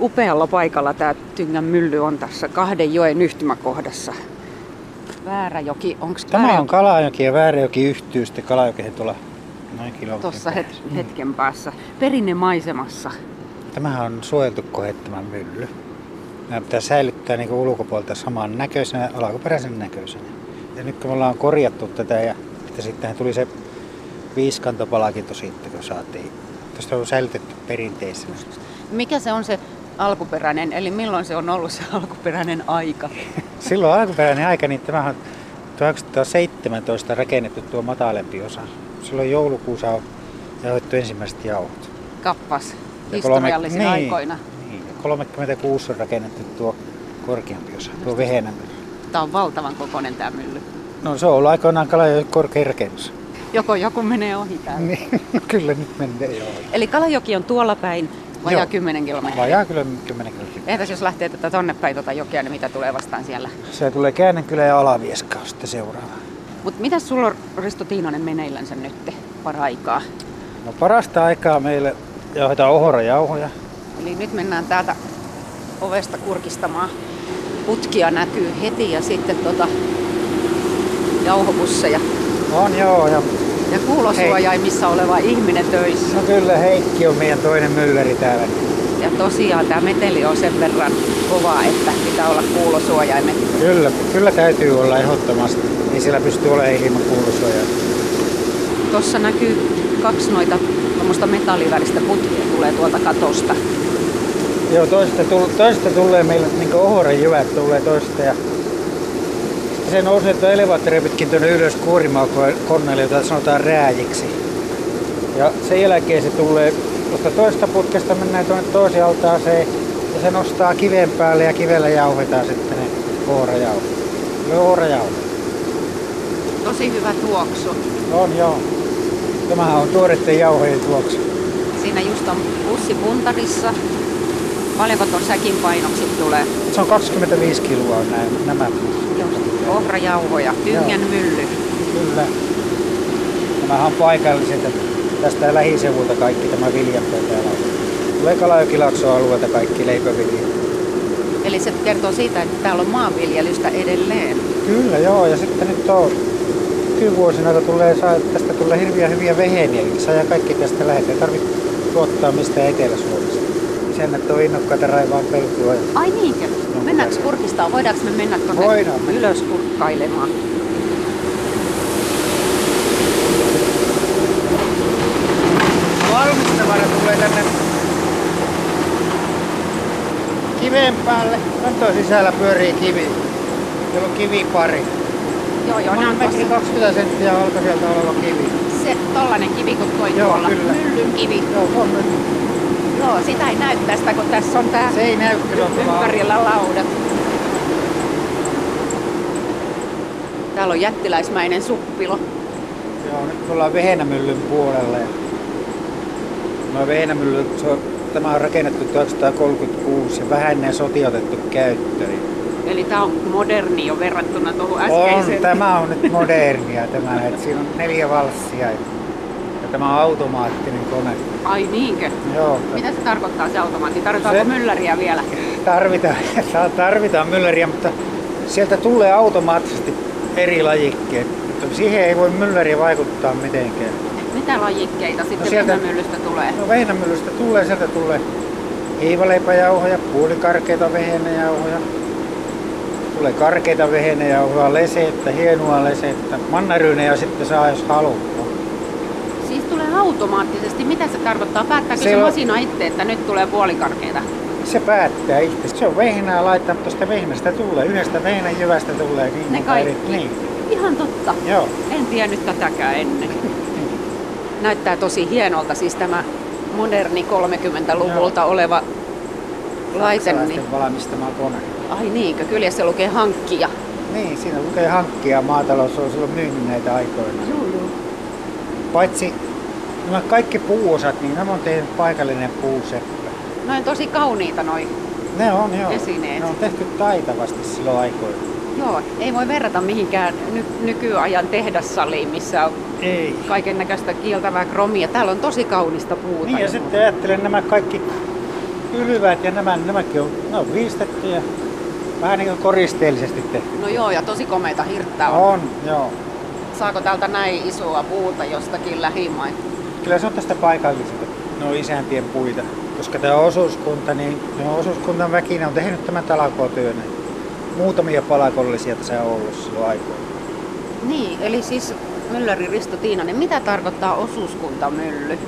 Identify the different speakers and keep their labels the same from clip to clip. Speaker 1: upealla paikalla tämä Tyngän mylly on tässä kahden joen yhtymäkohdassa. Vääräjoki, onko
Speaker 2: Tämä on Kalajoki ja Vääräjoki yhtyy sitten Kalajokeen tuolla noin kilometrin
Speaker 1: Tuossa
Speaker 2: päässä.
Speaker 1: het-
Speaker 2: Mm.
Speaker 1: hetken päässä. Perinnemaisemassa.
Speaker 2: Tämähän on suojeltu kohettama mylly. Nämä pitää säilyttää niin ulkopuolelta saman näköisenä, alkuperäisen näköisenä. Ja nyt kun me ollaan korjattu tätä ja että sittenhän tuli se viiskantopalkinto sitten, kun saatiin. Tästä on säilytetty perinteisenä.
Speaker 1: Mikä se on se alkuperäinen, eli milloin se on ollut se alkuperäinen aika?
Speaker 2: Silloin alkuperäinen aika, niin tämä on 1917 rakennettu tuo matalempi osa. Silloin joulukuussa on jauhettu ensimmäiset jauhot.
Speaker 1: Kappas
Speaker 2: Ja
Speaker 1: historiallisina
Speaker 2: kolme-
Speaker 1: aikoina.
Speaker 2: Niin, ja 36 on rakennettu tuo korkeampi osa, tuo vehenämö.
Speaker 1: Tämä on valtavan kokoinen tämä mylly.
Speaker 2: No se on ollut aikoinaan Kalajoen korkein rakennus.
Speaker 1: Joko joku menee ohi täällä.
Speaker 2: Niin, kyllä nyt menee joo.
Speaker 1: Eli Kalajoki on tuolla päin, vajaa
Speaker 2: Joo.
Speaker 1: 10 kilometriä.
Speaker 2: Vajaa kyllä 10 kilometriä.
Speaker 1: Entäs jos lähtee tätä tonne päin tuota jokea, niin mitä tulee vastaan siellä?
Speaker 2: Se tulee Käännänkylä ja Alavieska on sitten seuraava.
Speaker 1: Mutta mitä sulla on Risto Tiinonen meneillänsä nyt paraikaa?
Speaker 2: No parasta aikaa meille jauhetaan ohorajauhoja.
Speaker 1: Eli nyt mennään täältä ovesta kurkistamaan. Putkia näkyy heti ja sitten tota jauhopusseja.
Speaker 2: On joo ja
Speaker 1: Ja kuulosuojaimissa oleva ihminen töissä.
Speaker 2: no kyllä Heikki on meidän toinen mylläri täällä.
Speaker 1: Ja tosiaan tämä meteli on sen verran kova, että pitää olla kuulosuojaimet.
Speaker 2: Kyllä, kyllä täytyy olla ehdottomasti. Ei siellä pysty olemaan ilman kuulusuojaa.
Speaker 1: Tuossa näkyy kaksi noita tuommoista metalliväristä putkia tulee tuolta katosta.
Speaker 2: Joo, toista, tull, toista tulee meillä niin ohoren jyvät tulee toista ja se nousee tuo elevaattori pitkin tuonne ylös kuorimaan koneelle, jota sanotaan rääjiksi. Ja sen jälkeen se tulee tuosta toista putkesta mennään tuonne toiseen altaaseen ja se nostaa kiven päälle ja kivellä jauhetaan sitten ne No, ohrajauhot. Kyllä ohrajauhot.
Speaker 1: Tosi hyvä tuoksu.
Speaker 2: On joo. Tämähän on tuoreiden jauhojen tuoksu.
Speaker 1: Siinä just on pussi puntarissa. Paljonko tuon säkin painoksi tulee?
Speaker 2: Se on 25 kiloa näin, nämä.
Speaker 1: Just ohrajauhoja, tyngän mylly.
Speaker 2: Kyllä. Nämähän on paikalliset. että Tästä lähisivulta kaikki tämä viljanpää täällä on. Tulee Kalajokilaaksoalueelta kaikki leipävilja.
Speaker 1: Eli se kertoo siitä, että täällä on maanviljelystä edelleen.
Speaker 2: Kyllä joo, ja sitten nyt on nykyvuosina, kun tulee, saa, tästä tulee hirviä hyviä veheniä, niin saa ja kaikki tästä lähetään. Ei tarvitse tuottaa mistään Etelä-Suomesta. Isännät on innokkaita raivaan pelkoa.
Speaker 1: Ai niinkö? Mennäänkö kurkistaa? Voidaanko me mennä tuonne
Speaker 2: Voidaan mennä.
Speaker 1: ylös kurkkailemaan?
Speaker 2: Valmistavara tulee tänne kiven päälle. Kantoon sisällä pyörii kivi. Siellä on kivipari.
Speaker 1: Joo, joo,
Speaker 2: on
Speaker 1: nämä on
Speaker 2: metri
Speaker 1: tuossa.
Speaker 2: 20 senttiä alkoi sieltä oleva kivi.
Speaker 1: Se tollanen kivi, kun toi
Speaker 2: Joo,
Speaker 1: tuolla.
Speaker 2: kyllä.
Speaker 1: Myllyn kivi.
Speaker 2: Joo, se on nyt.
Speaker 1: Joo, sitä ei näy tästä, kun tässä on tää
Speaker 2: Se ei näy, kun se on tuolla
Speaker 1: ympärillä laudat. Täällä on jättiläismäinen suppilo.
Speaker 2: alla. Joo, nyt ollaan Vehenämyllyn puolella. ja- No Vehenämylly, se on, tämä on rakennettu 1936 ja vähän ennen sotia otettu käyttöön.
Speaker 1: Eli tämä on moderni jo verrattuna tuohon
Speaker 2: On,
Speaker 1: äskeiseen.
Speaker 2: tämä on nyt modernia tämä, että siinä on neljä valssia ja, ja tämä on automaattinen kone.
Speaker 1: Ai niinkö?
Speaker 2: Joo,
Speaker 1: Mitä se tarkoittaa se automaatti? Tarvitaanko
Speaker 2: Se-
Speaker 1: mylläriä vielä?
Speaker 2: tarvitaan, saa- tarvitaan mylläriä, mutta sieltä tulee automaattisesti eri lajikkeet. Mutta Siihen ei voi mylläri vaikuttaa mitenkään.
Speaker 1: Mitä lajikkeita sitten no
Speaker 2: sieltä-
Speaker 1: myllystä tulee?
Speaker 2: No vehnämyllystä tulee, sieltä tulee hiivaleipäjauhoja, puolikarkeita vehnäjauhoja. Tulee karkeita vehnäjauhoja, lesettä, hienoa lesettä, mannaryynejä sitten saa jos haluaa.
Speaker 1: Siis tulee automaattisesti. Mitä se tarkoittaa? Päättääkö se,
Speaker 2: Se on-
Speaker 1: masina itse, että nyt tulee puolikarkeita?
Speaker 2: Se päättää itse. Se on vehnää laittaa tuosta vehnästä tulee, yhdestä vehnäjyvästä tulee niin.
Speaker 1: Ne
Speaker 2: monta eri-
Speaker 1: kaikki.
Speaker 2: Niin,
Speaker 1: Ihan totta.
Speaker 2: joo.
Speaker 1: En tiennyt tätäkään ennen. Näyttää tosi hienolta siis tämä moderni 30-luvulta oleva laite. Niin.
Speaker 2: Saksalaisten valmistama kone.
Speaker 1: Ai niinkö? Kyljessä lukee hankkia.
Speaker 2: Niin, siinä lukee hankkia maatalous on silloin myynyt näitä aikoina.
Speaker 1: Joo, joo.
Speaker 2: Paitsi nämä kaikki puuosat, niin nämä on tehnyt paikallinen puuseppä.
Speaker 1: Noin No tosi kauniita noin.
Speaker 2: Ne on joo.
Speaker 1: Esineet.
Speaker 2: Ne on tehty taitavasti silloin aikoina.
Speaker 1: Joo, ei voi verrata mihinkään ny- nykyajan tehdassaliin, missä on
Speaker 2: Ei.
Speaker 1: kaiken näköistä kieltävää kromia. Täällä on tosi kaunista puuta.
Speaker 2: Niin ja sitten ajattelen nämä kaikki ylivät ja nämä, nämäkin on, ne on viistetty ja vähän niin kuin koristeellisesti tehty.
Speaker 1: No joo, ja tosi komeita hirttää on.
Speaker 2: On, joo.
Speaker 1: Saako täältä näin isoa puuta jostakin lähimain?
Speaker 2: Kyllä se on tästä paikalliselta. Ne on isäntien puita. Koska tämä osuuskunta, niin ne on osuuskunnan väki ne on tehnyt tämän talakotyön. Muutamia palakollisia tässä on ollut silloin aikoina.
Speaker 1: Niin, eli siis Mylläri Risto Tiinanen, mitä tarkoittaa osuuskuntamylly?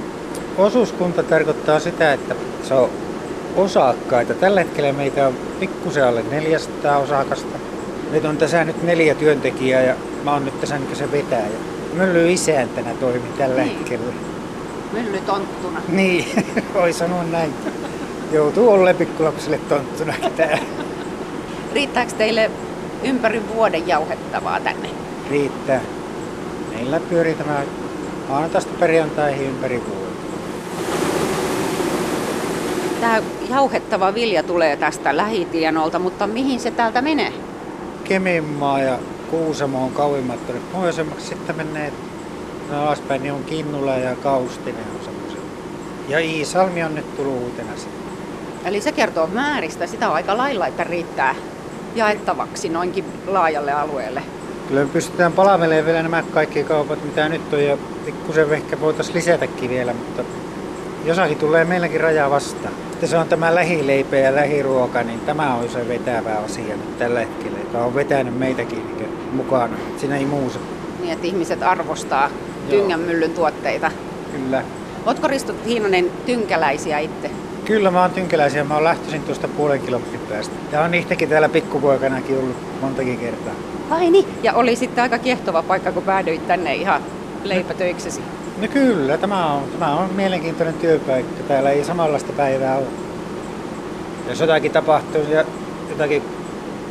Speaker 2: Osuuskunta tarkoittaa sitä, että se on osakkaita. Tällä hetkellä meitä on pikkusen alle 400 osakasta. Meitä on tässä nyt neljä työntekijää ja mä oon nyt tässä niin se vetäjä. Mylly isäntänä toimin tällä
Speaker 1: Niin.
Speaker 2: hetkellä.
Speaker 1: Myllytonttuna.
Speaker 2: Niin, voi sanoa näin. Joutuu olla pikkulapselle tonttuna täällä.
Speaker 1: Riittääkö teille ympäri vuoden jauhettavaa tänne?
Speaker 2: Riittää. Meillä pyörii tämä maanantaista perjantaihin ympäri vuotta.
Speaker 1: Tämä jauhettava vilja tulee tästä lähitienolta, mutta mihin se täältä menee?
Speaker 2: Keminmaa ja Kuusamo on kauimmat tuonne pohjoisemmaksi. Sitten menee no, alaspäin, niin on Kinnula ja Kaustinen on semmoisia. Ja Iisalmi on nyt tullut uutena sitten.
Speaker 1: Eli se kertoo määristä sitä aika lailla, että riittää jaettavaksi noinkin laajalle alueelle.
Speaker 2: Kyllä me pystytään palaveleen vielä nämä kaikki kaupat, mitä nyt on, ja pikkusen ehkä voitaisiin lisätäkin vielä, mutta jossakin tulee meilläkin raja vastaan. Että se on tämä lähileipä ja lähiruoka, niin tämä on se vetävä asia nyt tällä hetkellä, joka on vetänyt meitäkin niin mukana. Siinä ei muussa.
Speaker 1: Niin, että ihmiset arvostaa tyngänmyllyn tuotteita.
Speaker 2: Kyllä.
Speaker 1: Ootko Risto Hiinonen tynkäläisiä itse?
Speaker 2: Kyllä mä oon tynkäläisiä, mä oon lähtöisin tuosta puolen kilometrin päästä. Ja on niitäkin täällä pikkupoikanakin ollut montakin kertaa.
Speaker 1: Vai niin? Ja oli sitten aika kiehtova paikka, kun päädyit tänne ihan leipätöiksesi.
Speaker 2: No kyllä, tämä on, tämä on mielenkiintoinen työpaikka. Täällä ei samanlaista päivää ole. Jos jotakin tapahtuu ja jotakin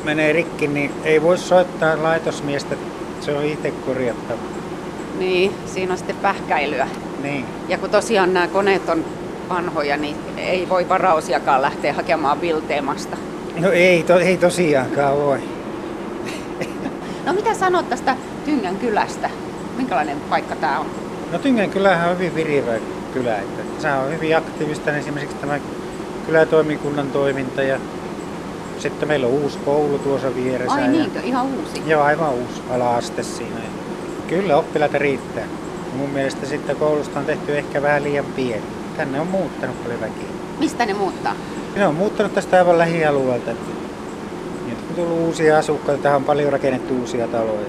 Speaker 2: menee rikki, niin ei voi soittaa laitosmiestä. Se on itse korjattava.
Speaker 1: Niin, siinä on sitten pähkäilyä.
Speaker 2: Niin.
Speaker 1: Ja kun tosiaan nämä koneet on vanhoja, niin ei voi varausiakaan lähteä hakemaan Bilteemasta.
Speaker 2: No ei, to, ei tosiaankaan voi.
Speaker 1: No mitä sanot tästä Tyngän kylästä? Minkälainen paikka tämä on?
Speaker 2: No Tyngän kylähän on hyvin virivä kylä. Että sehän on hyvin aktiivista niin esimerkiksi tämä kylätoimikunnan toiminta ja sitten meillä on uusi koulu tuossa vieressä.
Speaker 1: Ai niin.
Speaker 2: ja-
Speaker 1: niinkö, ihan uusi.
Speaker 2: Joo, aivan uusi ala-aste siinä. Kyllä oppilaita riittää. Mun mielestä sitten koulusta on tehty ehkä vähän liian pieni. Tänne on muuttanut paljon väkeä.
Speaker 1: Mistä ne muuttaa?
Speaker 2: Ne on muuttanut tästä aivan lähialueelta. Nyt on tullut uusia asukkaita, tähän on paljon rakennettu uusia taloja.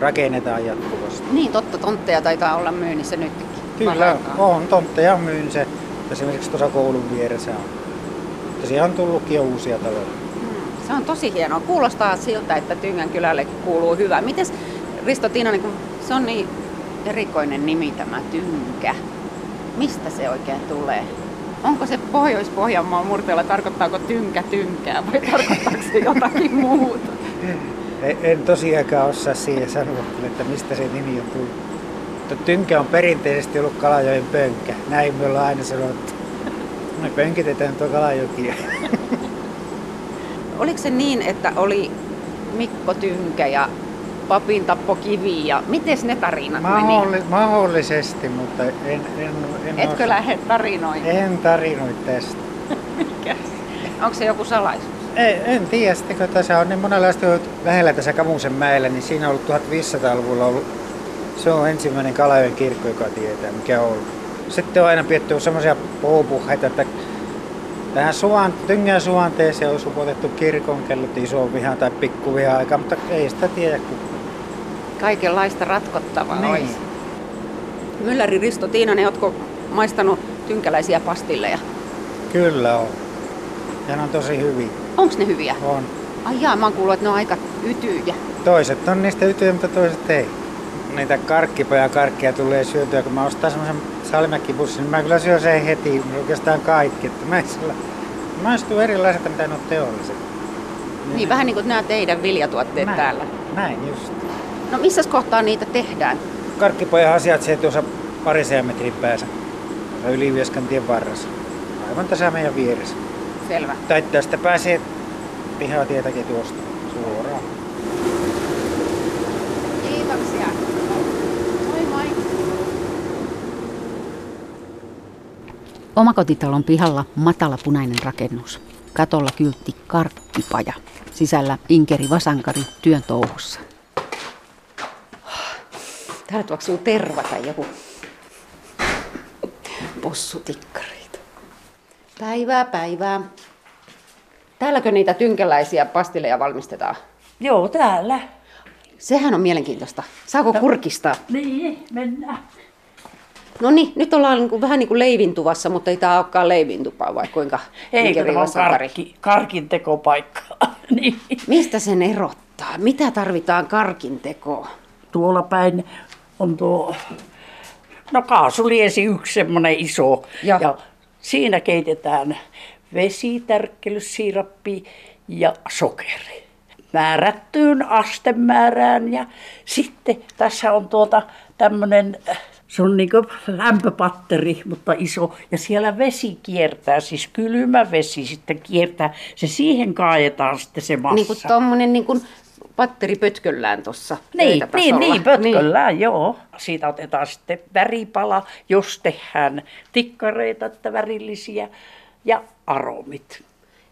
Speaker 2: Rakennetaan jatkuvasti.
Speaker 1: Niin totta, tontteja taitaa olla myynnissä nytkin.
Speaker 2: Kyllä,
Speaker 1: Paraikaa.
Speaker 2: on tontteja on myyn se. Esimerkiksi tuossa koulun vieressä on. Mutta siihen on tullutkin jo uusia taloja.
Speaker 1: Mm, Se on tosi hienoa. Kuulostaa siltä, että Tyngän kylälle kuuluu hyvä. Mites Risto Tiinanen, kun se on niin erikoinen nimi tämä Tynkä. Mistä se oikein tulee? Onko se Pohjois-Pohjanmaan murteella, tarkoittaako tynkä tynkää vai tarkoittaako se jotakin muuta?
Speaker 2: En- E, En tosiaankaan osaa siihen sanoa, kyllä, että mistä se nimi on tullut. Mutta tynkä on perinteisesti ollut Kalajoen pönkä. Näin me ollaan aina sanottu. Me pönkitetään tuo Kalajokia.
Speaker 1: Oliko se niin, että oli Mikko Tynkä ja Papin Tappo Kivi ja miten ne tarinat meni?
Speaker 2: Mahdolli- mahdollisesti, mutta en, en, en
Speaker 1: Etkö lähde tarinoimaan?
Speaker 2: En tarinoi tästä.
Speaker 1: Onko se joku salaisuus?
Speaker 2: En, en tiedä, sitten kun tässä on niin monenlaista ollut lähellä tässä Kamusen mäellä, niin siinä on ollut 1500-luvulla ollut, se on ensimmäinen Kalajoen kirkko, joka tietää, mikä on ollut. Sitten on aina pidetty semmoisia puupuheita, että tähän suvan, tyngän suvanteeseen on supotettu kirkon kellot isoon vihaan tai pikkuvihaan aikaan, mutta ei sitä tiedä kukaan.
Speaker 1: Kaikenlaista ratkottavaa
Speaker 2: Niin.
Speaker 1: olisi. Mylläri Risto Tiinanen, ootko maistanut tynkäläisiä pastilleja?
Speaker 2: Kyllä on. Ja ne on tosi hyvin.
Speaker 1: Onko ne hyviä?
Speaker 2: On.
Speaker 1: Ai jaa, mä oon kuullut, että ne on aika ytyjä.
Speaker 2: Toiset on niistä ytyjä, mutta toiset ei. Niitä karkkipoja karkkia tulee syötyä, kun mä ostan semmoisen salmäkkipussin, niin mä kyllä syön sen heti, oikeastaan kaikki. Että mä en sillä... Maistuu erilaiselta, mitä ne on teolliset.
Speaker 1: Niin, vähän niin kuin nämä teidän viljatuotteet
Speaker 2: näin,
Speaker 1: täällä.
Speaker 2: Näin just.
Speaker 1: No missä kohtaa niitä tehdään?
Speaker 2: Karkkipojan asiat tuossa parisen metrin päässä. tuossa Ylivieskan tien varressa. Aivan tässä meidän vieressä.
Speaker 1: Selvä.
Speaker 2: Tai tästä pääsee pihatietäkin tuosta suoraan.
Speaker 1: Kiitoksia. Moi moi.
Speaker 3: Omakotitalon pihalla matala punainen rakennus. Katolla kyltti karkkipaja. Sisällä inkeri vasankari työn touhussa.
Speaker 1: Täällä tuoksuu terva tai joku possutikkareita. Päivää, päivää. Täälläkö niitä tynkeläisiä pastileja valmistetaan?
Speaker 4: Joo, täällä.
Speaker 1: Sehän on mielenkiintoista. Saako kurkistaa?
Speaker 4: Niin, mennään.
Speaker 1: No niin, nyt ollaan niinku, vähän niin kuin leivintuvassa, mutta ei tämä olekaan leivintupaa, vai kuinka?
Speaker 4: Ei,
Speaker 1: Mikä
Speaker 4: kun tämä
Speaker 1: viiva
Speaker 4: on
Speaker 1: sankari?
Speaker 4: karkki, karkin tekopaikka. niin.
Speaker 1: Mistä sen erottaa? Mitä tarvitaan karkin tekoon?
Speaker 4: Tuolla päin on tuo, no kaasuliesi yksi semmoinen iso.
Speaker 1: Ja.
Speaker 4: ja siinä keitetään vesi, tärkkelyssiirappi ja sokeri. Määrättyyn astemäärään ja sitten tässä on tuota tämmöinen, se on niin lämpöpatteri, mutta iso. Ja siellä vesi kiertää, siis kylmä vesi sitten kiertää. Se siihen kaajetaan sitten se massa.
Speaker 1: Niin kuin tuommoinen niin kuin patteri pötköllään tuossa
Speaker 4: Niin, niin,
Speaker 1: pöytätasolla.
Speaker 4: niin, pötköllään, niin. joo. Siitä otetaan sitten väripala, jos tehdään tikkareita, että värillisiä ja aromit.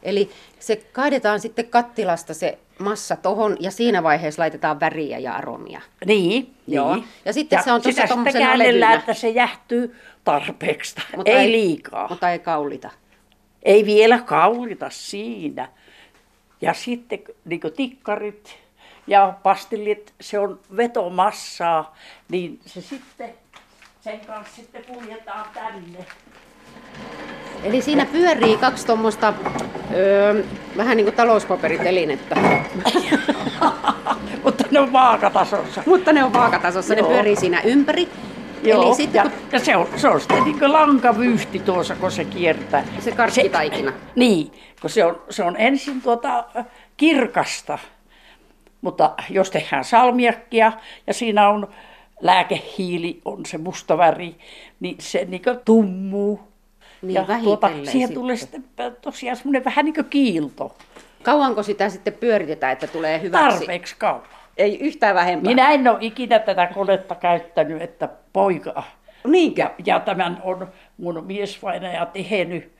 Speaker 1: Eli se kaadetaan sitten kattilasta se massa tohon ja siinä vaiheessa laitetaan väriä ja aromia.
Speaker 4: Niin,
Speaker 1: Joo.
Speaker 4: Niin.
Speaker 1: Ja sitten se on tuossa
Speaker 4: sitä sitten
Speaker 1: tommosena
Speaker 4: käännellään,
Speaker 1: levynä.
Speaker 4: että se jähtyy tarpeeksi, ei, ei liikaa.
Speaker 1: Mutta ei kaulita.
Speaker 4: Ei vielä kaulita siinä. Ja sitten niin tikkarit ja pastillit, se on vetomassaa, niin se sitten, sen kanssa sitten kuljetaan tänne.
Speaker 1: Eli siinä pyörii kaksi tuommoista öö, vähän niin kuin talouspaperitelinettä.
Speaker 4: Mutta ne on vaakatasossa.
Speaker 1: Mutta ne on vaakatasossa,
Speaker 4: Joo.
Speaker 1: ne pyörii siinä ympäri. Eli sitten
Speaker 4: ja,
Speaker 1: kun
Speaker 4: ja se, on, se on sitten niin lankavyyhti tuossa, kun se kiertää.
Speaker 1: se karkkitaikina.
Speaker 4: Niin, kun se on, se on ensin tuota äh, kirkasta. Mutta jos tehdään salmiakkia ja siinä on lääkehiili, on se musta väri, niin se niin tummuu.
Speaker 1: Niin,
Speaker 4: ja tuota,
Speaker 1: vähitellen
Speaker 4: siihen tulee sitten tosiaan semmoinen vähän niin kuin kiilto.
Speaker 1: Kauanko sitä sitten pyöritetään, että tulee hyväksi?
Speaker 4: Tarpeeksi kauan.
Speaker 1: Ei yhtään vähempää.
Speaker 4: Minä en ole ikinä tätä konetta käyttänyt, että poika
Speaker 1: Niinkö?
Speaker 4: Ja, ja tämän on mun miesvainaja tehnyt.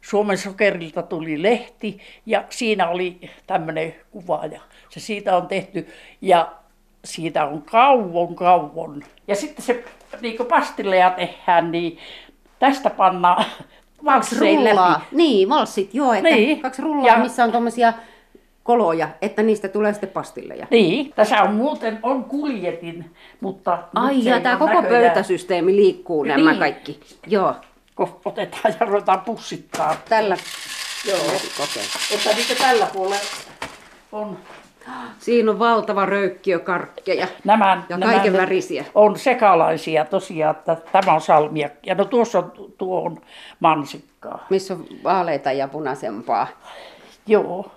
Speaker 4: Suomen sokerilta tuli lehti ja siinä oli tämmöinen kuva ja se siitä on tehty ja siitä on kauan kauan. Ja sitten se niin kuin pastilleja tehdään, niin tästä pannaan
Speaker 1: Kaksi
Speaker 4: valssein
Speaker 1: rullaa.
Speaker 4: läpi.
Speaker 1: Niin, valssit, joo. Että
Speaker 4: Niin.
Speaker 1: Kaksi rullaa,
Speaker 4: Ja-
Speaker 1: missä on tuommoisia koloja, että niistä tulee sitten pastilleja.
Speaker 4: Niin, tässä on muuten on kuljetin, mutta nyt
Speaker 1: Ai
Speaker 4: se
Speaker 1: ja
Speaker 4: ei
Speaker 1: tämä
Speaker 4: ole
Speaker 1: koko
Speaker 4: näköjään,
Speaker 1: pöytäsysteemi liikkuu nämä
Speaker 4: Niin.
Speaker 1: kaikki. Joo,
Speaker 4: kun otetaan ja ruvetaan pussittaa.
Speaker 1: tällä
Speaker 4: Joo,
Speaker 1: kokee.
Speaker 4: että niin kuin tällä puolella on
Speaker 1: Siinä on valtava röykkiö karkkeja.
Speaker 4: Nämä,
Speaker 1: Ja
Speaker 4: nämä
Speaker 1: kaiken
Speaker 4: nyt
Speaker 1: värisiä.
Speaker 4: On sekalaisia tosiaan, että tämä on salmia. Ja no tuossa on, tuo on mansikkaa.
Speaker 1: Missä on vaaleita ja punaisempaa.
Speaker 4: Joo.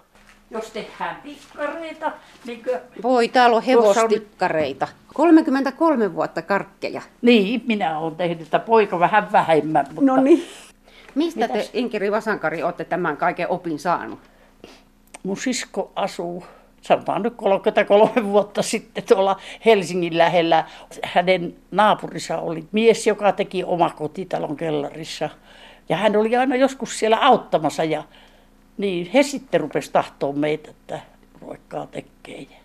Speaker 4: Jos tehdään tikkareita, niin, kuin,
Speaker 1: Voi, täällä on
Speaker 4: Tuossa on-
Speaker 1: hevostikkareita. 33 vuotta karkkeja.
Speaker 4: niin minä olen tehnyt, että poika vähän vähemmän.
Speaker 1: No
Speaker 4: Mutta
Speaker 1: Mistä te, Inkeri Vasankari, olette tämän kaiken opin saanut?
Speaker 4: Mun sisko asuu, sanotaan nyt 33 vuotta sitten tuolla Helsingin lähellä. Hänen naapurissa oli mies, joka teki omakotitalon kellarissa. Ja hän oli aina joskus siellä auttamassa ja niin he sitten rupesi tahtoa meitä, että ruokkaa tekee. Ja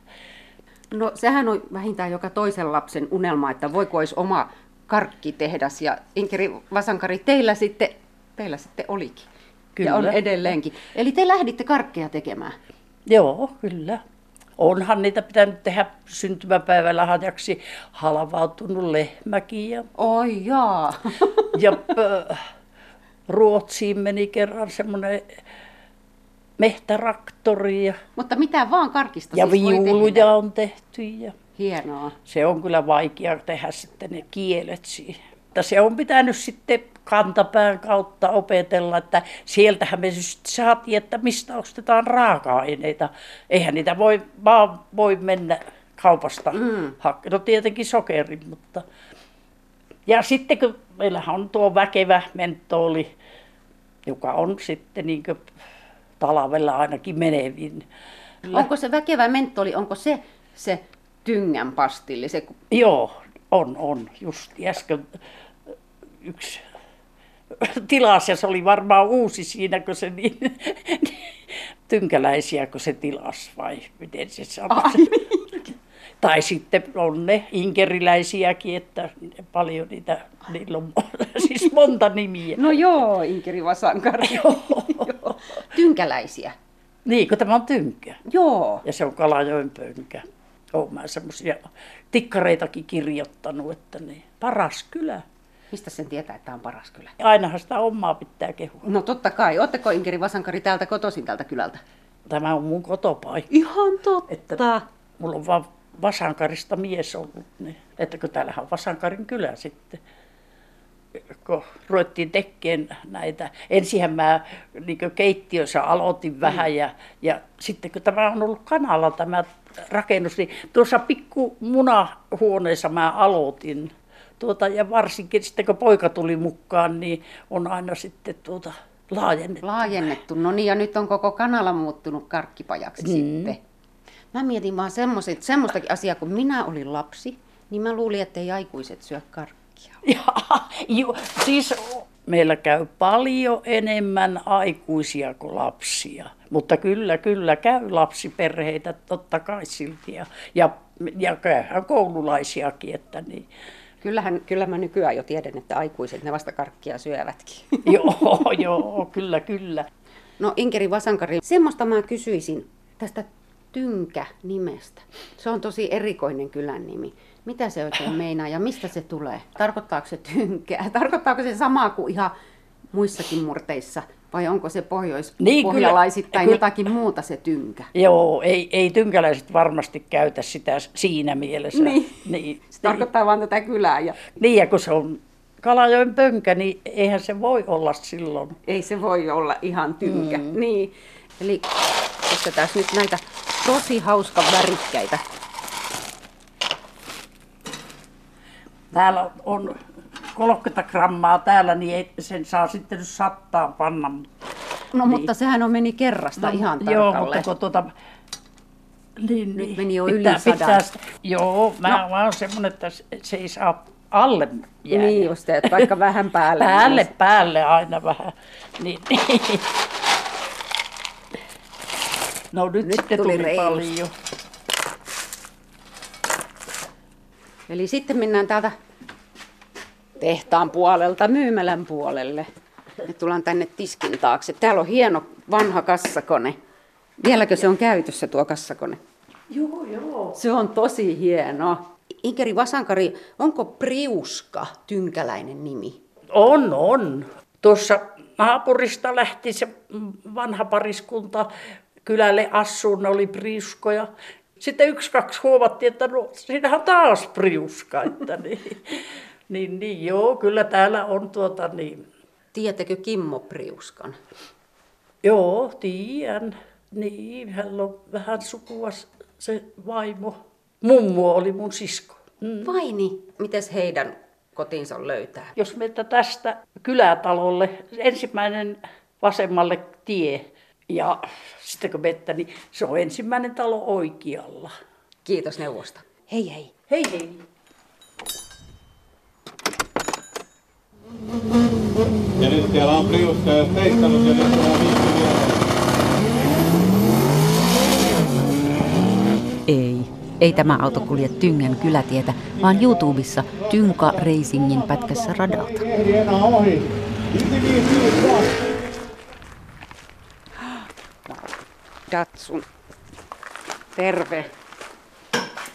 Speaker 1: No sehän on vähintään joka toisen lapsen unelma, että voiko olisi oma karkkitehdas. Ja Inkeri Vasankari, teillä sitten, teillä sitten olikin.
Speaker 4: Kyllä.
Speaker 1: Ja on edelleenkin. Eli te lähditte karkkeja tekemään.
Speaker 4: Joo, kyllä. Onhan niitä pitänyt tehdä syntymäpäivällä hanjaksi halavautunut lehmäkin ja
Speaker 1: Oi jaa.
Speaker 4: Ja pö, Ruotsiin meni kerran semmoinen mehtäraktori ja,
Speaker 1: Mutta mitä vaan karkista
Speaker 4: ja
Speaker 1: No siis voi tehdä.
Speaker 4: viuluja on tehty. Ja
Speaker 1: Hienoa.
Speaker 4: se on kyllä vaikea tehdä sitten ne kielet siihen. Mutta se on pitänyt sitten kantapään kautta opetella, että sieltähän me just saatiin, että mistä ostetaan raaka-aineita. Eihän niitä voi, vaan voi mennä kaupasta mm. hakemaan. No tietenkin sokeri, mutta... Ja sitten kun meillähän on tuo väkevä mentoli, joka on sitten niin talvella ainakin menevin.
Speaker 1: Onko se väkevä mentoli, onko se se tyngän pastilli? Se,
Speaker 4: Joo, on, on. Just äsken äh, yksi tilasi ja se oli varmaan uusi siinä, kun se niin tynkäläisiä, kun se tilasi vai miten se sanoi. Tai sitten on ne inkeriläisiäkin, että paljon niitä, niillä on siis monta nimiä.
Speaker 1: No joo, Inkeri Vasankari. Joo. Tynkäläisiä.
Speaker 4: Niin, kun tämä on tynkkä.
Speaker 1: Joo.
Speaker 4: Ja se on Kalajoen pönkä. Olen mä semmoisia tikkareitakin kirjoittanut, että niin. Paras kylä.
Speaker 1: Mistä sen tietää, että tämä on paras kylä?
Speaker 4: Ainahan sitä omaa pitää kehua.
Speaker 1: No totta kai. Oletteko Inkeri Vasankari täältä kotoisin tältä kylältä?
Speaker 4: Tämä on mun kotopaikka.
Speaker 1: Ihan totta.
Speaker 4: Että mulla on vaan Vasankarista mies ollut. Niin. Että kun täällähän on Vasankarin kylä sitten kun ruvettiin tekemään näitä. Ensinhän mä niin keittiössä aloitin vähän ja, ja sitten kun tämä on ollut kanalla tämä rakennus, niin tuossa pikku munahuoneessa mä aloitin. Tuota, ja varsinkin sitten kun poika tuli mukaan, niin on aina sitten tuota, laajennettu.
Speaker 1: Laajennettu. No niin, ja nyt on koko kanala muuttunut karkkipajaksi mm. sitten. Mä mietin vaan semmoiset, semmoistakin asiaa, kun minä olin lapsi, niin mä luulin, että ei aikuiset syö karkkia.
Speaker 4: Jaa, ju, siis meillä käy paljon enemmän aikuisia kuin lapsia. Mutta kyllä, kyllä käy lapsiperheitä totta kai silti. Ja, ja, ja käyhän koululaisiakin, että niin.
Speaker 1: Kyllähän, kyllä mä nykyään jo tiedän, että aikuiset ne vasta karkkia syövätkin.
Speaker 4: joo, joo, kyllä, kyllä.
Speaker 1: No Inkeri Vasankari, semmoista mä kysyisin tästä Tynkä-nimestä. Se on tosi erikoinen kylän nimi. Mitä se oikein meinaa ja mistä se tulee? Tarkoittaako se tynkää? Tarkoittaako se samaa kuin ihan muissakin murteissa? Vai onko se pohjois niin, pohjalaisittain kyllä, jotakin muuta se tynkä?
Speaker 4: Joo, ei, ei tynkäläiset varmasti käytä sitä siinä mielessä.
Speaker 1: Niin. niin. Se tarkoittaa vain tätä kylää. Ja...
Speaker 4: Niin, ja kun se on Kalajoen pönkä, niin eihän se voi olla silloin.
Speaker 1: Ei se voi olla ihan tynkä. Mm. Niin. Eli pistetään nyt näitä tosi hauska värikkäitä
Speaker 4: täällä on 30 grammaa täällä, niin ei, sen saa sitten nyt sattaan panna.
Speaker 1: No niin. mutta sehän on meni kerrasta no, ihan tarkalleen.
Speaker 4: Joo, mutta kun tuota, niin,
Speaker 1: Nyt meni jo yli sadan. Pitää,
Speaker 4: joo, mä, no. mä oon semmoinen, että se ei saa alle jää.
Speaker 1: Niin just, että vaikka vähän päälle.
Speaker 4: päälle, niin päälle aina vähän. Niin, niin. No nyt, nyt sitten tuli, tuli paljon.
Speaker 1: Eli sitten mennään täältä tehtaan puolelta myymälän puolelle. Ja tullaan tänne tiskin taakse. Täällä on hieno vanha kassakone. Vieläkö se on käytössä tuo kassakone?
Speaker 4: Joo, joo.
Speaker 1: Se on tosi hieno. Inkeri Vasankari, onko Priuska tynkäläinen nimi?
Speaker 4: On, on. Tuossa naapurista lähti se vanha pariskunta kylälle assuun, ne oli Priuskoja. Sitten yksi, kaksi huomattiin, että no, siinähän taas priuska. Että niin, niin, niin, joo, kyllä täällä on tuota niin.
Speaker 1: Tietäkö Kimmo Priuskan?
Speaker 4: Joo, tiedän. Niin, hän on vähän sukua se vaimo. Mummo oli mun sisko.
Speaker 1: Mm. Vai niin? Mites heidän kotiinsa löytää?
Speaker 4: Jos meitä tästä kylätalolle, ensimmäinen vasemmalle tie, ja sitten kun vettä, niin se on ensimmäinen talo oikealla.
Speaker 1: Kiitos neuvosta. Hei hei.
Speaker 4: Hei hei.
Speaker 5: Ja nyt siellä on Priuska ja teistanut ja nyt on
Speaker 3: Ei, ei tämä auto kulje Tyngän kylätietä, vaan YouTubessa Tynka Racingin pätkässä radalta.
Speaker 5: Ei enää ohi. 95
Speaker 1: Datsun. Terve.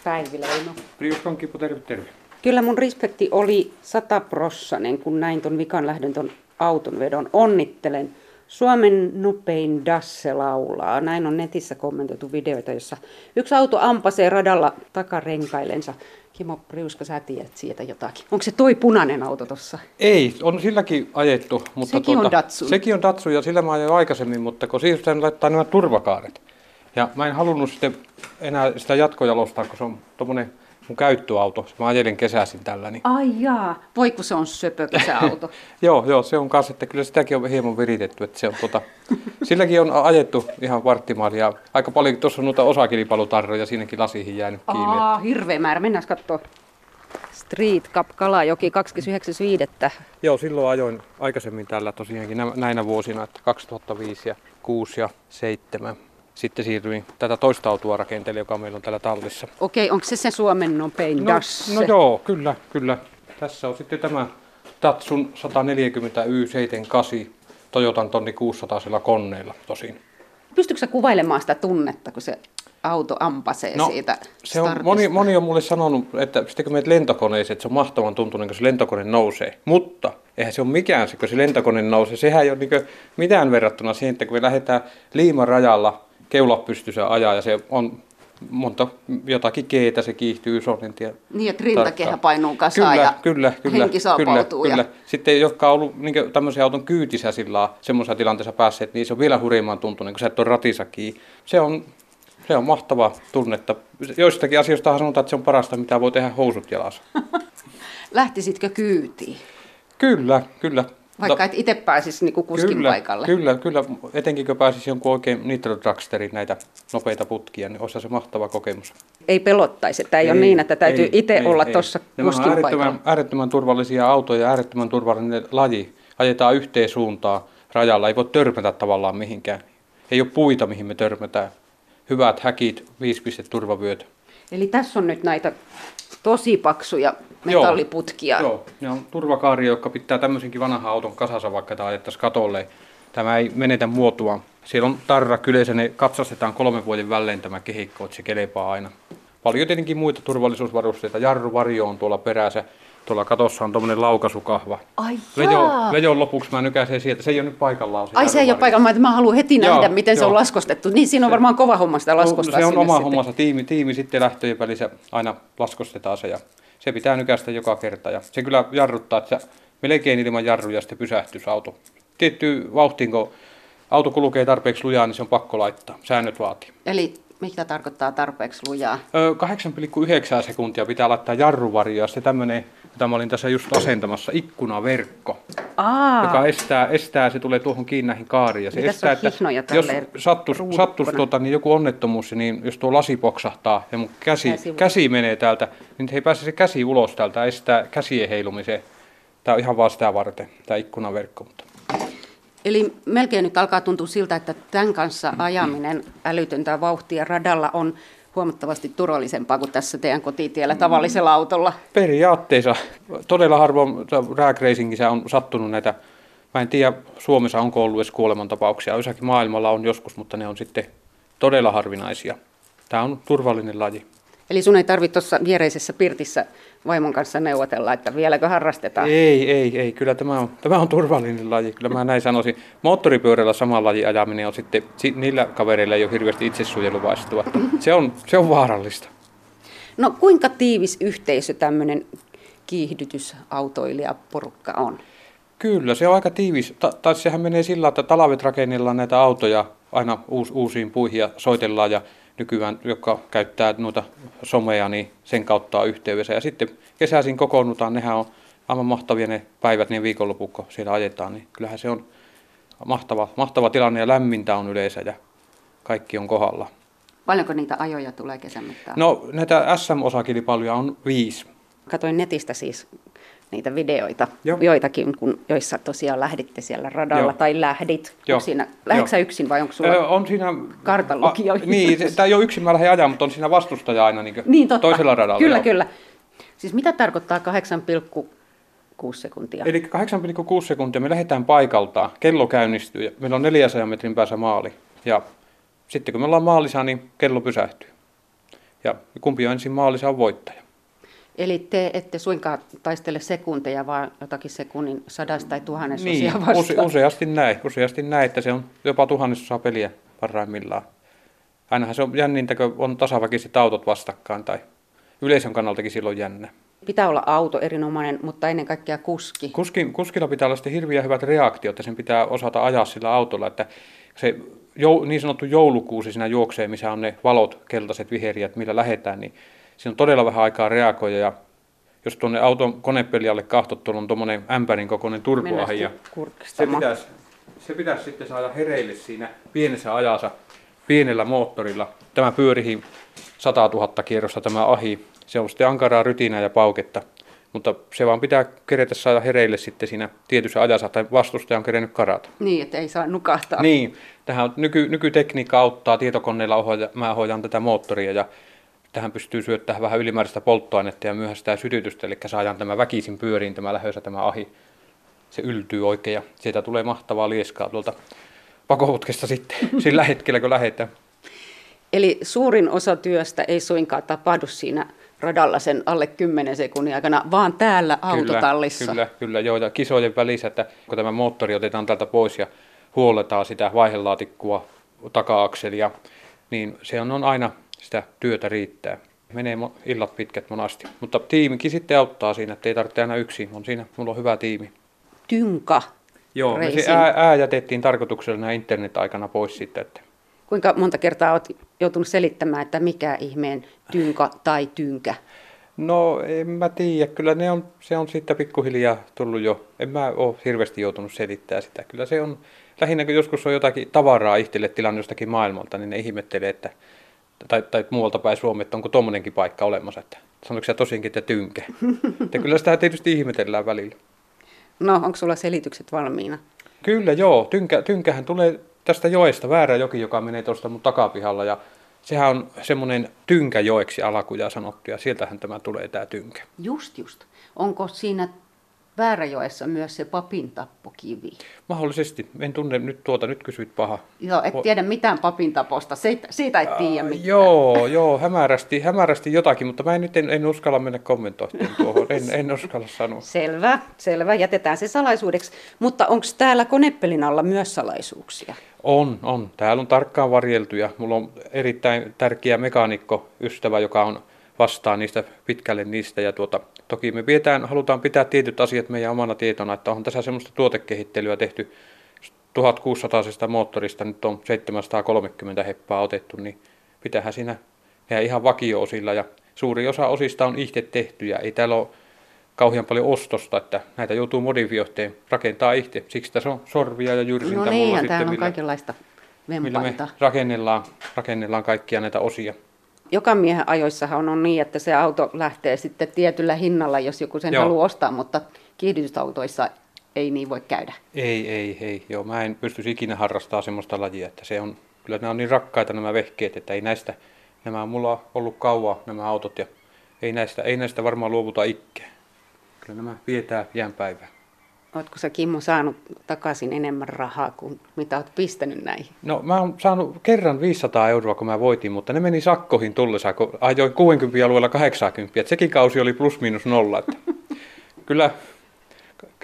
Speaker 1: Päivi Leino.
Speaker 6: Priuskan kipu, terve, terve.
Speaker 1: Kyllä mun respekti oli sataprossanen, kun näin ton vikan lähdön ton auton vedon. Onnittelen. Suomen nopein Dasse laulaa. Näin on netissä kommentoitu videoita, jossa yksi auto ampasee radalla takarenkailensa. Kimo Priuska, sä tiedät siitä jotakin. Onko se toi punainen auto tossa?
Speaker 6: Ei, on silläkin ajettu. Mutta
Speaker 1: sekin tuota, on Datsun.
Speaker 6: Sekin on Datsun ja sillä mä ajoin aikaisemmin, mutta kun siirrytään laittaa nämä turvakaaret. Ja mä en halunnut sitten enää sitä jatkojalostaa, kun se on tuommoinen mun käyttöauto. Mä ajelin kesäisin tällä. Niin.
Speaker 1: Ai jaa, voi kun se on söpö kesäauto.
Speaker 6: joo, joo, se on kanssa, että kyllä sitäkin on hieman viritetty. Että se on, tuota, silläkin on ajettu ihan varttimaali ja aika paljon tuossa on noita osakilpailutarroja, siinäkin lasiin jäänyt kiinni.
Speaker 1: Aa, hirveä määrä, mennään katsoa. Street Cup Kalajoki 29.5.
Speaker 6: Joo, silloin ajoin aikaisemmin täällä tosiaankin nä- näinä vuosina, että 2005 ja 6 ja 7. Sitten siirryin tätä toista autua rakentelemaan, joka meillä on täällä tallissa.
Speaker 1: Okei, onko se se Suomen nopein
Speaker 6: No,
Speaker 1: dasse?
Speaker 6: no joo, kyllä, kyllä. Tässä on sitten tämä Tatsun 140 Y78 Toyotan tonni 600 koneella tosin.
Speaker 1: Pystytkö sä kuvailemaan sitä tunnetta, kun se auto ampasee siitä
Speaker 6: No, se on,
Speaker 1: startista?
Speaker 6: moni, moni on mulle sanonut, että sitten kun menet lentokoneeseen, että se on mahtavan tuntunen, kun se lentokone nousee. Mutta eihän se ole mikään se, kun se lentokone nousee. Sehän ei ole niin mitään verrattuna siihen, että kun me lähdetään liiman rajalla keula pystyssä ajaa ja se on monta jotakin keitä, se kiihtyy sonintia.
Speaker 1: Niin, että rintakehä painuu kasaan
Speaker 6: kyllä,
Speaker 1: ja
Speaker 6: kyllä, kyllä,
Speaker 1: henki saapautuu
Speaker 6: Kyllä,
Speaker 1: ja-
Speaker 6: kyllä. Sitten jotka on ollut niin tämmöisen auton kyytissä sillä semmoisessa tilanteessa päässeet, niin se on vielä hurjimman tuntunut, kun sä et ole ratissa kiinni. Se on, se on mahtava tunnetta. Joistakin asioista sanotaan, että se on parasta, mitä voi tehdä housut jalassa.
Speaker 1: Lähtisitkö kyytiin?
Speaker 6: Kyllä, kyllä.
Speaker 1: Vaikka
Speaker 6: Mutta-
Speaker 1: et itse pääsisi niinku kuskin
Speaker 6: No. kyllä,
Speaker 1: paikalle.
Speaker 6: Kyllä, kyllä. Etenkin kun pääsisi jonkun oikein Nitro Dragsterin näitä nopeita putkia, niin olisi se mahtava kokemus.
Speaker 1: Ei pelottaisi, että ei, ole niin, että täytyy itse olla tuossa
Speaker 6: Nämä on
Speaker 1: kuskin paikalla.
Speaker 6: äärettömän, äärettömän turvallisia autoja, äärettömän turvallinen laji. Ajetaan yhteen suuntaan rajalla, ei voi törmätä tavallaan mihinkään. Ei ole puita, mihin me törmätään. Hyvät häkit, 5 piste turvavyöt.
Speaker 1: Eli tässä on nyt näitä tosi paksuja metalliputkia.
Speaker 6: Joo, ne on turvakaaria, joka pitää tämmöisenkin vanhan auton kasassa, vaikka tämä ajettaisiin katolle. Tämä ei menetä muotoa. Siellä on tarra yleensä, ne katsastetaan kolmen vuoden välein tämä kehikko, että se kelepaa aina. Paljon tietenkin muita turvallisuusvarusteita. Jarruvarjo on tuolla perässä. Tuolla katossa on tuommoinen laukasukahva.
Speaker 1: Ai
Speaker 6: Vejo,
Speaker 1: jaa.
Speaker 6: vejon lopuksi mä nykäisen sieltä. Se ei ole nyt paikallaan.
Speaker 1: Ai se ei ole
Speaker 6: jarruvarjo.
Speaker 1: paikalla, mä, ajattelin, mä haluan heti
Speaker 6: Joo,
Speaker 1: nähdä, miten se on
Speaker 6: joo.
Speaker 1: laskostettu. Niin siinä on varmaan kova homma sitä laskostaa
Speaker 6: se on
Speaker 1: sinne
Speaker 6: oma
Speaker 1: sitten.
Speaker 6: hommansa. Tiimi, tiimi sitten lähtöjen välissä aina laskostetaan se ja se pitää nykäistä joka kerta. Ja se kyllä jarruttaa, että sä melkein ilman jarruja sitten pysähtyisi auto. Tietty vauhtiin, kun auto kulkee tarpeeksi lujaa, niin se on pakko laittaa. Säännöt vaatii.
Speaker 1: Eli mitä tarkoittaa tarpeeksi lujaa?
Speaker 6: Ö, 8,9 sekuntia pitää laittaa jarruvarjoa. Sitten tämmöinen, jota mä olin tässä just asentamassa, ikkunaverkko,
Speaker 1: Aa,
Speaker 6: joka estää, estää, se tulee tuohon kiinni näihin kaariin. Ja se
Speaker 1: Niin tässä
Speaker 6: estää,
Speaker 1: on hihnoja
Speaker 6: jos
Speaker 1: tälleen
Speaker 6: sattus,
Speaker 1: ruudukkona.
Speaker 6: sattus tuota, niin joku onnettomuus, niin jos tuo lasi poksahtaa ja mun käsi,
Speaker 1: Jää sivuun.
Speaker 6: käsi menee täältä, niin ei pääse se käsi ulos täältä, estää käsien heilumiseen. Tämä on ihan vaan sitä varten, tämä ikkunaverkko. Mutta.
Speaker 1: Eli melkein nyt alkaa tuntua siltä, että tämän
Speaker 6: Mm-hmm.
Speaker 1: kanssa ajaminen älytöntä vauhtia radalla on huomattavasti turvallisempaa kuin tässä teidän kotitiellä
Speaker 6: Mm-hmm.
Speaker 1: tavallisella autolla.
Speaker 6: Periaatteessa todella harvoin drag racingissä on sattunut näitä, mä en tiedä Suomessa onko ollut edes kuolemantapauksia, jossakin maailmalla on joskus, mutta ne on sitten todella harvinaisia. Tämä on turvallinen laji.
Speaker 1: Eli sun ei tarvitse tuossa viereisessä pirtissä vaimon kanssa neuvotella, että vieläkö harrastetaan.
Speaker 6: Ei, ei, ei. Kyllä tämä on, tämä on turvallinen laji. Kyllä mä näin sanoisin. Moottoripyörällä sama laji ajaminen on sitten, si- niillä kavereilla ei ole hirveästi itsesuojeluvaistua. Se on, se on vaarallista.
Speaker 1: No kuinka tiivis yhteisö tämmöinen kiihdytysautoilijaporukka on?
Speaker 6: Kyllä, se on aika tiivis. Ta- tai sehän menee sillä, että talvet rakennellaan näitä autoja aina uus, uusiin puihin ja soitellaan ja nykyään, joka käyttää noita someja, niin sen kautta on yhteydessä. Ja sitten kesäisin kokoonnutaan, nehän on aivan mahtavia ne päivät, ne viikonloput, kun siellä ajetaan, niin kyllähän se on mahtava, mahtava tilanne ja lämmintä on yleensä ja kaikki on kohdalla.
Speaker 1: Paljonko niitä ajoja tulee kesämättään?
Speaker 6: No näitä SM-osakilpailuja on viisi.
Speaker 1: Katoin netistä siis niitä videoita,
Speaker 6: Joo.
Speaker 1: joitakin, kun, joissa tosiaan lähditte siellä radalla
Speaker 6: Joo.
Speaker 1: tai lähdit.
Speaker 6: Joo.
Speaker 1: Onko Siinä, lähdetkö
Speaker 6: Joo.
Speaker 1: sä yksin vai onko sulla?
Speaker 6: Öö, on siinä...
Speaker 1: kartanlukijoita.
Speaker 6: A- Niin, tämä ei ole yksin mä lähden ajaa, mutta on siinä vastustaja aina niin
Speaker 1: niin totta.
Speaker 6: toisella radalla.
Speaker 1: Kyllä,
Speaker 6: joo.
Speaker 1: kyllä. Siis mitä tarkoittaa 8,6 sekuntia?
Speaker 6: Eli 8,6 sekuntia me lähdetään paikalta, kello käynnistyy ja meillä on 400 metrin päässä maali. Ja sitten kun me ollaan maalissa, niin kello pysähtyy. Ja kumpi on ensin maalissa on voittaja.
Speaker 1: Eli te ette suinkaan taistele sekunteja, vaan jotakin sekunnin sadasta tai tuhannesosia vastaan.
Speaker 6: Niin, use, useasti näin, useasti näin, että se on jopa tuhannesosa peliä parhaimmillaan. Ainahan se on jännintä, kun on tasaväkiset autot vastakkain tai yleisön kannaltakin silloin jännä.
Speaker 1: Pitää olla auto erinomainen, mutta ennen kaikkea kuski.
Speaker 6: Kuskin, kuskilla pitää olla sitten hirviä hyvät reaktiot ja sen pitää osata ajaa sillä autolla, että se jou, niin sanottu joulukuusi siinä juoksee, missä on ne valot, keltaiset, viheriät, millä lähetään, niin siinä on todella vähän aikaa reagoida ja jos tuonne auton konepelialle kahtot, tuolla on tuommoinen ämpärin kokoinen
Speaker 1: Mennään
Speaker 6: turboahe ja
Speaker 1: sitten
Speaker 6: se
Speaker 1: kurkistamaan.
Speaker 6: pitäisi, se pitäisi sitten saada hereille siinä pienessä ajassa, pienellä moottorilla. Tämä pyörihi 100 000 kierrosta tämä ahi. Se on sitten ankaraa rytinää ja pauketta. Mutta se vaan pitää kerätä saada hereille sitten siinä tietyssä ajassa, tai vastustaja on kerennyt karata.
Speaker 1: Niin, että ei saa nukahtaa.
Speaker 6: Niin, tähän on, nyky, nykytekniikka auttaa tietokoneella, ohjaa, mä ohjaan tätä moottoria ja tähän pystyy syöttämään vähän ylimääräistä polttoainetta ja myöhästää sytytystä, eli saadaan tämä väkisin pyöriin tämä lähössä tämä ahi. Se yltyy oikein ja siitä tulee mahtavaa lieskaa tuolta pakoputkesta sitten sillä hetkellä, kun lähdetään.
Speaker 1: Eli suurin osa työstä ei suinkaan tapahdu siinä radalla sen alle 10 sekunnin aikana, vaan täällä autotallissa.
Speaker 6: Kyllä, kyllä, kyllä joo, ja kisojen välissä, että kun tämä moottori otetaan täältä pois ja huolletaan sitä vaihelaatikkoa, taka-akselia, niin se on, on aina sitä työtä riittää. Menee mo- illat pitkät monasti, mutta tiimikin sitten auttaa siinä, että ei tarvitse aina yksin, on siinä, mulla on hyvä tiimi.
Speaker 1: Tynka.
Speaker 6: Joo, me se
Speaker 1: Reisin.
Speaker 6: ää, ää jätettiin tarkoituksella internet-aikana pois sitten, että
Speaker 1: Kuinka monta kertaa olet joutunut selittämään, että mikä ihmeen tynka tai tynkä?
Speaker 6: No en mä tiedä, kyllä ne on, se on siitä pikkuhiljaa tullut jo. En mä ole hirveästi joutunut selittämään sitä. Kyllä se on, lähinnä kun joskus on jotakin tavaraa itselle tilannut jostakin maailmalta, niin ne ihmettelee, että, tai, tai muualta päin Suomea, että onko tuommoinenkin paikka olemassa. Että, sanoiko sä tosinkin, että tynkä? Että kyllä sitä tietysti ihmetellään välillä.
Speaker 1: No, onko sulla selitykset valmiina?
Speaker 6: Kyllä joo, tynkä, tynkähän tulee tästä joesta, väärä joki, joka menee tuosta mun takapihalla ja sehän on semmoinen tynkäjoeksi alakuja sanottu ja sieltähän tämä tulee tämä tynkä.
Speaker 1: Just just. Onko siinä Vääräjoessa myös se papin tappokivi?
Speaker 6: Mahdollisesti. En tunne nyt tuota, nyt kysyit paha.
Speaker 1: Joo, et
Speaker 6: Voi-
Speaker 1: tiedä mitään papin taposta. Siitä, siitä et tiedä mitään.
Speaker 6: Joo, joo, hämärästi, hämärästi jotakin, mutta mä en nyt en, en uskalla mennä kommentoimaan tuohon. En, en uskalla sanoa.
Speaker 1: Selvä, selvä. Jätetään se salaisuudeksi. Mutta onko täällä konepelin alla myös salaisuuksia?
Speaker 6: On, on. Täällä on tarkkaan varjeltu ja mulla on erittäin tärkeä mekaanikko ystävä, joka on vastaa niistä pitkälle niistä. Ja tuota, toki me pidetään, halutaan pitää tietyt asiat meidän omana tietona, että on tässä semmoista tuotekehittelyä tehty 1600 moottorista, nyt on 730 heppaa otettu, niin pitäähän siinä ja ihan vakio-osilla. Ja suuri osa osista on itse tehtyjä, ei täällä ole kauhean paljon ostosta, että näitä joutuu modifioiteen rakentaa itse. Siksi tässä on sorvia ja jyrsintä
Speaker 1: No
Speaker 6: mulla
Speaker 1: niin,
Speaker 6: sitten,
Speaker 1: täällä on
Speaker 6: millä-
Speaker 1: kaikenlaista
Speaker 6: millä me
Speaker 1: vempainta.
Speaker 6: rakennellaan, rakennellaan kaikkia näitä osia.
Speaker 1: Joka miehen ajoissahan on niin, että se auto lähtee sitten tietyllä hinnalla, jos joku sen
Speaker 6: Joo.
Speaker 1: haluaa ostaa, mutta kiihdytysautoissa ei niin voi käydä.
Speaker 6: Ei, ei, ei. Joo, mä en pystyisi ikinä harrastamaan semmoista lajia, että se on, kyllä nämä on niin rakkaita nämä vehkeet, että ei näistä, nämä on mulla ollut kauan nämä autot ja ei näistä, ei näistä varmaan luovuta ikään. Kyllä nämä vietää jään päivää.
Speaker 1: Oletko sä Kimmo saanut takaisin enemmän rahaa kuin mitä oot pistänyt näihin?
Speaker 6: No mä oon saanut kerran 500 euroa, kun mä voitin, mutta ne meni sakkoihin tullessa, kun ajoin 60 alueella 80. Et sekin kausi oli plus miinus nolla. Että kyllä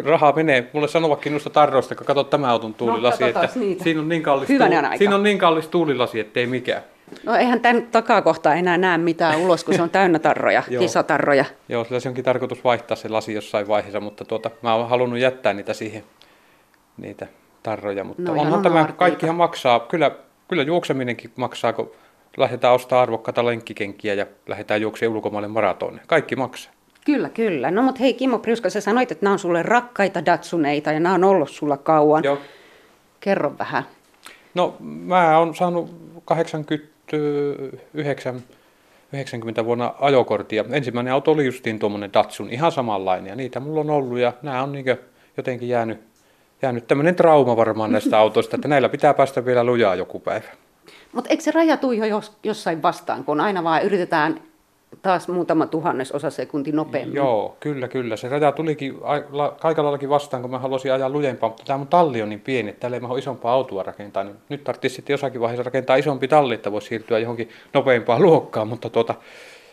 Speaker 6: rahaa menee. Mulle sanovakin noista tarroista, kun katsot tämä auton tuulilasi,
Speaker 1: katsotaas
Speaker 6: että
Speaker 1: No, niitä.
Speaker 6: siinä on, niin kallis
Speaker 1: Hyvänen aika.
Speaker 6: siinä on niin kallis tuulilasi, ettei mikään.
Speaker 1: No eihän tämän takakohta enää näe mitään ulos, kun se on täynnä tarroja,
Speaker 6: Joo.
Speaker 1: kisatarroja.
Speaker 6: Joo, sillä se onkin tarkoitus vaihtaa se lasi jossain vaiheessa, mutta tuota, mä oon halunnut jättää niitä siihen, niitä tarroja. Mutta
Speaker 1: No,
Speaker 6: no,
Speaker 1: ihan
Speaker 6: onhan tämä,
Speaker 1: nuortiita.
Speaker 6: kaikkihan maksaa, kyllä, kyllä juokseminenkin maksaa, kun lähdetään ostaa arvokkaita lenkkikenkiä ja lähdetään juoksemaan ulkomaille maratoneja. Kaikki maksaa.
Speaker 1: Kyllä, kyllä. No mutta hei Kimmo Priuska, sä sanoit, että nämä on sulle rakkaita datsuneita ja nämä on ollut sulla kauan.
Speaker 6: Joo.
Speaker 1: Kerro vähän.
Speaker 6: No mä oon saanut 89 90 vuonna ajokorttia. Ensimmäinen auto oli justiin tuommoinen Datsun, ihan samanlainen. Ja niitä mulla on ollut ja nämä on niinkö jotenkin jäänyt, jäänyt tämmöinen trauma varmaan näistä autoista, että näillä pitää päästä vielä lujaa joku päivä.
Speaker 1: Mutta eikö se raja tuu jo jos, jossain vastaan, kun aina vaan yritetään taas muutama tuhannesosa sekunti nopeammin?
Speaker 6: Joo, kyllä, kyllä. Se raja tulikin ai- la- kaikella laillakin vastaan, kun mä halusin ajaa lujempaa, mutta tämä mun talli on niin pieni, että täällä ei mä isompaa autoa rakentaa. Niin nyt tarvitsisi sitten jossakin vaiheessa rakentaa isompi talli, että voisi siirtyä johonkin nopeampaan luokkaan, mutta tuota,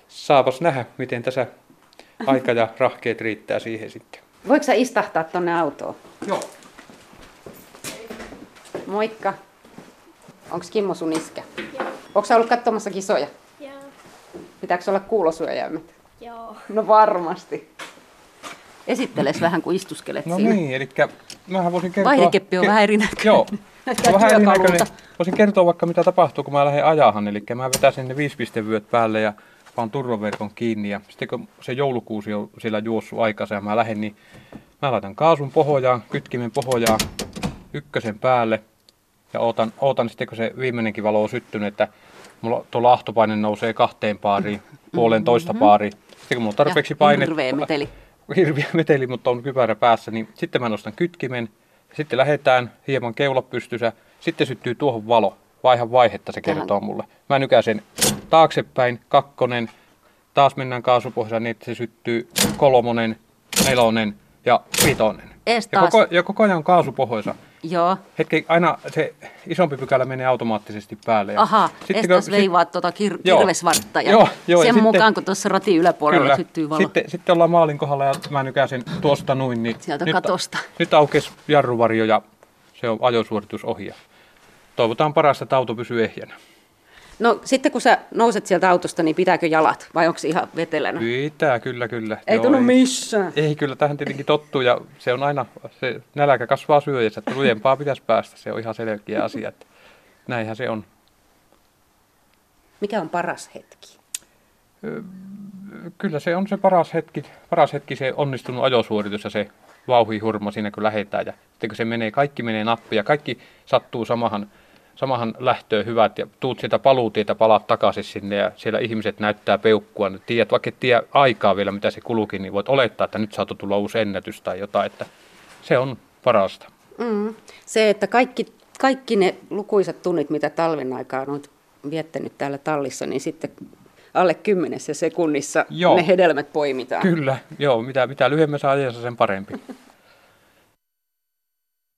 Speaker 6: saapas nähdä, miten tässä aika ja rahkeet riittää siihen sitten.
Speaker 1: Voiko sä istahtaa tonne autoon?
Speaker 6: Joo.
Speaker 1: Moikka. Onko Kimmo sun iskä? Onko sä ollut katsomassa kisoja?
Speaker 7: Joo.
Speaker 1: Pitääkö olla kuulosuojaimet?
Speaker 7: Joo.
Speaker 1: No varmasti. Esitteles vähän, kun istuskelet
Speaker 6: No
Speaker 1: siinä.
Speaker 6: niin, eli mähän voisin kertoa...
Speaker 1: Vaihdekeppi on vähän erinäköinen.
Speaker 6: Joo,
Speaker 1: Näyttää
Speaker 6: vähän erinäköinen.
Speaker 1: työkalulta.
Speaker 6: Voisin kertoa vaikka mitä tapahtuu, kun mä lähden ajahan. Eli mä vetäisin ne viisipistevyöt päälle ja vaan turvaverkon kiinni. Ja sitten kun se joulukuusi on siellä juossut aikansa ja mä lähden, niin mä laitan kaasun pohojaan, kytkimen pohojaan, ykkösen päälle. Ja ootan, ootan sitten, kun se viimeinenkin valo on syttynyt, että mulla tuo lahtopaine nousee kahteen paariin, puoleen toista paariin. Sitten kun mulla on tarpeeksi
Speaker 1: Mhm. Ja
Speaker 6: painetta...
Speaker 1: hirveä meteli.
Speaker 6: hirviä meteli, mutta on kypärä päässä, niin sitten mä nostan kytkimen, sitten lähetään hieman keula pystyssä, sitten syttyy tuohon valo. Vaihan vaihetta se
Speaker 1: Tähän.
Speaker 6: kertoo mulle. Mä nykäsen taaksepäin, kakkonen, taas mennään kaasupohjaan niin, että se syttyy kolmonen, nelonen ja vitonen.
Speaker 1: Ees
Speaker 6: Ja
Speaker 1: taas.
Speaker 6: koko, ja koko ajan on kaasupohjassa.
Speaker 1: Joo.
Speaker 6: Hetki, aina se isompi pykälä menee automaattisesti päälle. ja
Speaker 1: Aha,
Speaker 6: sitten kun-
Speaker 1: Estas
Speaker 6: sit-
Speaker 1: veivaa tuota kir-
Speaker 6: Joo.
Speaker 1: kirvesvartta ja
Speaker 6: Joo, joo, ja
Speaker 1: sen
Speaker 6: sitten-
Speaker 1: mukaan, kun tuossa roti yläpuolella
Speaker 6: Kyllä.
Speaker 1: syttyy valo.
Speaker 6: Sitten, sitten ollaan maalin kohdalla ja mä nykäsen tuosta noin. Niin
Speaker 1: Sieltä katosta.
Speaker 6: Nyt aukesi jarruvarjo ja se on ajosuoritus ohi. ja Toivotaan parasta, että auto pysyy ehjänä.
Speaker 1: No sitten kun sä nouset sieltä autosta, niin pitääkö jalat vai onko ihan vetelänä?
Speaker 6: Pitää, kyllä, kyllä.
Speaker 1: Ei
Speaker 6: Joo,
Speaker 1: tunnu missään.
Speaker 6: Ei, kyllä tähän tietenkin tottuu ja se on aina, se nälkä kasvaa syöjässä, että lujempaa pitäisi päästä. Se on ihan selkeä asia, että näinhän se on.
Speaker 1: Mikä on paras hetki?
Speaker 6: Kyllä se on se paras hetki, paras hetki se onnistunut ajosuoritus ja se vauhihurma siinä kun lähetään. Ja sitten kun se menee, kaikki menee nappi ja kaikki sattuu samahan, samahan lähtöön hyvät ja tuut sieltä paluutietä, palaat takaisin sinne ja siellä ihmiset näyttää peukkua. Nyt tiedät, vaikka et tiedä aikaa vielä mitä se kulukin, niin voit olettaa, että nyt saattoi tulla uusi ennätys tai jotain, että se on parasta.
Speaker 1: Mm. Se, että kaikki, kaikki ne lukuisat tunnit, mitä talven aikaan olet viettänyt täällä tallissa, niin sitten alle kymmenessä sekunnissa
Speaker 6: Joo.
Speaker 1: ne hedelmät poimitaan.
Speaker 6: Kyllä, joo, mitä, mitä lyhyemmässä ajassa sen parempi.